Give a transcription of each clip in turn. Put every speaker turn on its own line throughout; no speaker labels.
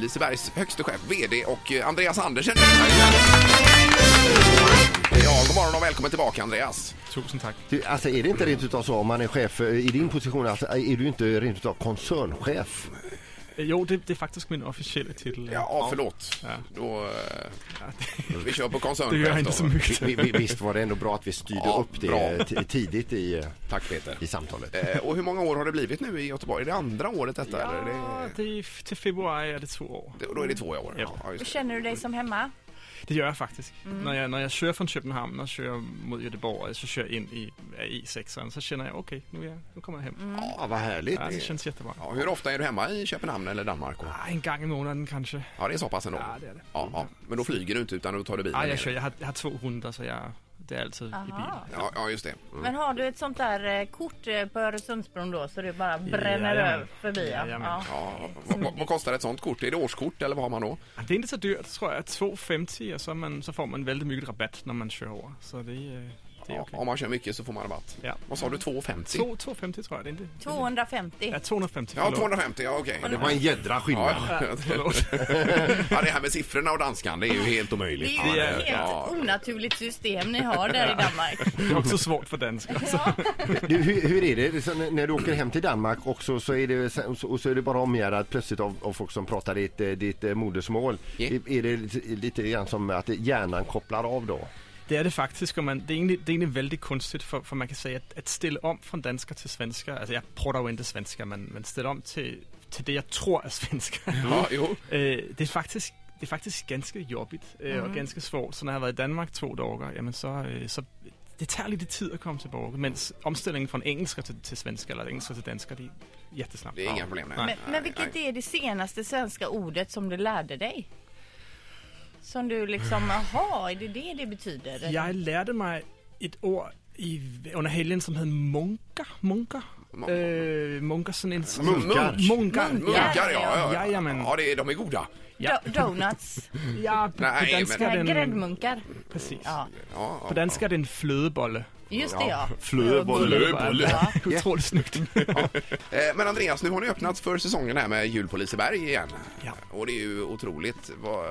Lisebergs högste chef, VD och eh, Andreas Andersen. Ja, god morgon och välkommen tillbaka Andreas.
Tusen tack.
Du, alltså är det inte rent utav så om man är chef eh, i din position, alltså, är du inte rent utav koncernchef?
Øh, Jo, det, det är faktiskt min officiella titel.
Ja, ja förlåt.
Ja.
Då, eh, vi kör på koncernchef.
Det gör jag
då.
inte så mycket.
Vi, vi, visst var det ändå bra att vi styrde
Ja,
upp det
bra.
eh, ti- tidigt i, eh,
Tack Peter.
i samtalet?
Eh, Och hur många år har det blivit nu i Göteborg? Är det andra året detta?
Ja,
eller? Det,
det är, f- till februari är det två år.
det- då är det två år.
Ja.
Ja, just
Och
det.
känner du dig som hemma?
Det gör jag faktiskt. När, jag, när jag kör från Köpenhamn och kör mot Göteborg så kör jag in i E6 så känner jag okej, nu, är jag- nu kommer jag hem.
Mm.
Ja, vad härligt.
Ja, det känns jättebra.
Ja, hur ofta är du hemma i Köpenhamn eller Danmark? Och-
Ah, en gång i månaden kanske.
Ja, det är så pass ändå.
Ja, det är det.
Ja, ja. Men då flyger du inte utan då tar du bilen?
Ah, jag
ner.
kör, jag har, jag har två hundar så jag, det är alltid i Mm.
Aha.
bil.
Ja, ja, just det.
Men har du ett sånt där eh, kort eh, på Öresundsbron då så du bara bränner
Jajamän.
över förbi? Ja,
Jajamän.
ja.
Ja, vad, vad- vad kostar ett sånt kort? Är det årskort eller vad har man då?
Ah, Det är inte så dyrt tror jag, 2,50 och så, är man, så får man väldigt mycket rabatt när man kör över. Så det, är- det är
Ja,
okej.
om man kör mycket så får man rabatt.
Ja.
Vad sa du, 2,50?
Två- 2,50 tror jag, det är inte...
250.
Ja, 250
Ja,
förlåt.
250, ja okej.
Det var en jädra skillnad.
Ja,
Förlåt.
ja, det här med siffrorna och danskan, det är ju helt
Det
omöjligt.
är ju
Ja,
ett
det-
helt onaturligt system ni har där i Danmark.
Det är också svårt för danska. Alltså.
Du, hur, hur är det, det är så när när du åker hem till Danmark och så, så, är, det, sen- så- och så är det bara omgärdat plötsligt av, av folk som pratar ditt, eh, ditt eh, modersmål?
Ja.
Är, är det lite- lite grann som att hjärnan kopplar av då?
Det är det faktiskt, och man, det, är egentligen, det är egentligen väldigt konstigt för, för man kan säga att, att ställa om från danska till svenska, alltså jag pratar ju inte svenska men, men ställa om till, till det jag tror är svenska.
Ja, jo.
Eh, det, är faktiskt, det är faktiskt ganska jobbigt eh, och ganska svårt. Så när jag har varit i Danmark två dagar, jamen så, eh, så det tar lite tid att komma tillbaka. Men omställningen från engelska till, till svenska eller engelska till danska, det är jättesnabbt.
Det är inga problem. nej.
Men,
Nej,
men vilket
nej.
är det senaste svenska ordet som du lärde dig? Som du liksom, aha, är det det det betyder?
Jag lärde mig ett ord i, under helgen som hette munka. Munka.
Mun-
Eh, munka, sån en...
Munkar.
Munkar.
Munkar, ja. ja, ja.
Jajamän.
ja det är, de är goda.
Ja,
Do- donuts,
ja på,
Nej,
på danska
Nej,
är det en...
gräddmunkar.
Precis.
Ja,
Ja,
På danska är det en flödebolle.
just det ja.
Flöboll.
Flöboll.
Ja.
Otroligt snyggt.
Eh, Men Andreas, nu har ni öppnat för säsongen här med jul på Liseberg igen.
Ja.
Och det är ju otroligt. Vad,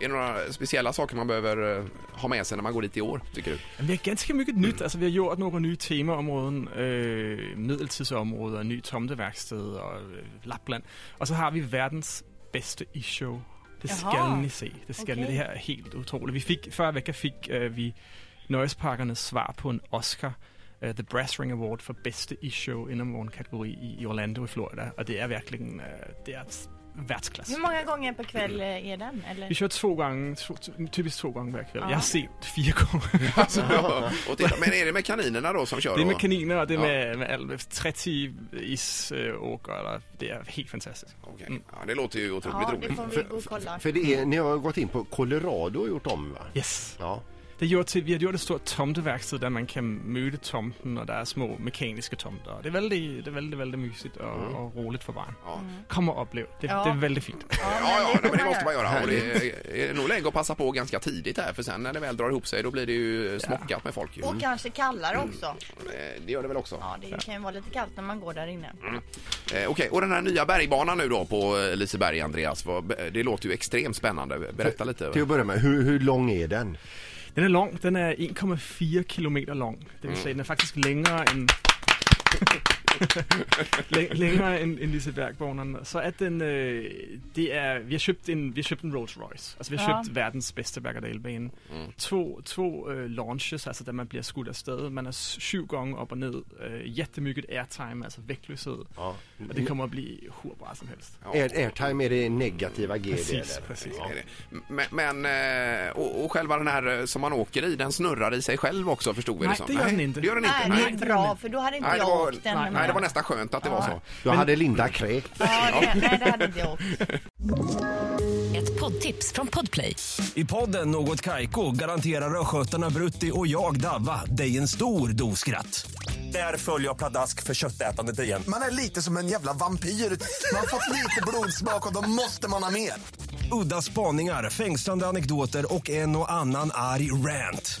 är det några speciella saker man behöver eh, ha med sig när man går dit i år, tycker du?
Vi har ganska mycket nytt. Altså, vi har gjort några nya temaområden. Øh, middeltidsområder, ny tomteverksted og øh, Lapland. Og så har vi verdens bedste isshow. Det skal
Jaha.
ni se. Det skal
Okay.
ni. Det her er helt utroligt. Vi fik, før vecka fik øh, vi Nøjesparkernes svar på en Oscar. øh, The Brass Ring Award for bedste isshow inden for en kategori i, i Orlando i Florida. Og det er virkelig øh, det er s- værtsklasse.
Hur många gånger per kväll eh, är den?
Vi
Eller?
kör två gånger, to- typiskt två gånger hver kväll.
Ja.
Jeg har set fire gånger.
Alltså, och titta, men är det med kaninerna då som kör?
Det är
då?
med kaniner och det är
Ja.
med, med all- 30 isåkrar. Det är helt fantastiskt.
Okej. Ja, det låter ju otroligt
Ja, det
roligt.
får vi gå och kolla.
För det är, ni har gått in på Colorado och gjort om va?
Yes.
Ja.
Det gör till, vi har gjort ett stort tomteverksted där man kan möta tomten och där är små mekaniska tomtar. Det är väldigt, det är väldigt, väldigt mysigt och, och roligt för barn.
Ja.
Kom och upplev. Det,
Ja.
det är väldigt fint.
Ja, ja,
Mm. det
nej, men det
får
måste man
man
göra. Och det är nog läge att passa på ganska tidigt här för sen när det väl drar ihop sig då blir det ju smockat med folk. Ju.
Och kanske kallare också.
Eh, Det gör det väl också.
Ja, det kan ju vara lite kallt när man går där inne.
Eh, Okej, och den här nya bergbanan nu då på eh, Liseberg, Andreas. vad- Det låter ju extremt spännande. Berätta lite.
Till att börja med, hur, hur lång är den?
Den är lång. Den är 1,4 kilometer lång. Det vill säga den är faktiskt längre än Læ- Længere end, end Lisebergbanen. Så er den, øh, det er, vi har købt en, vi har købt en Rolls Royce. Altså vi har
Ja.
købt verdens bedste Bergedalbane. Mm. To, to øh, launches, altså da man bliver skudt afsted. Man er s- syv gange op og ned. Øh, jättemycket airtime, altså vægtløshed.
Ja.
Og det kommer at blive hurbare som helst.
Air, airtime är det negativa GD
Præcis,
eller?
præcis.
Är det. Men, men eh, och, och själva den här eh, som man åker i, den snurrar i sig själv också förstod vi
Nej,
som.
det gör den inte.
Det gör den inte.
Nej,
Nej,
det
Nej,
är
det
bra
kan-
för då hade inte
nej, det,
jag
var,
åkt den.
nej det var nästan skönt att det var så.
Då hade Linda kräkt.
Ja, det, nej, det hade inte jag åkt.
Ett poddtips från Podplay.
I podden Något Kaiko garanterar östgötarna Brutti och jag, Davva, dig en stor dos skratt. Där följer jag pladask för köttätandet igen.
Man är lite som en jävla vampyr. Man har fått lite blodsmak och då måste man ha mer.
Udda spaningar, fängslande anekdoter och en och annan arg rant.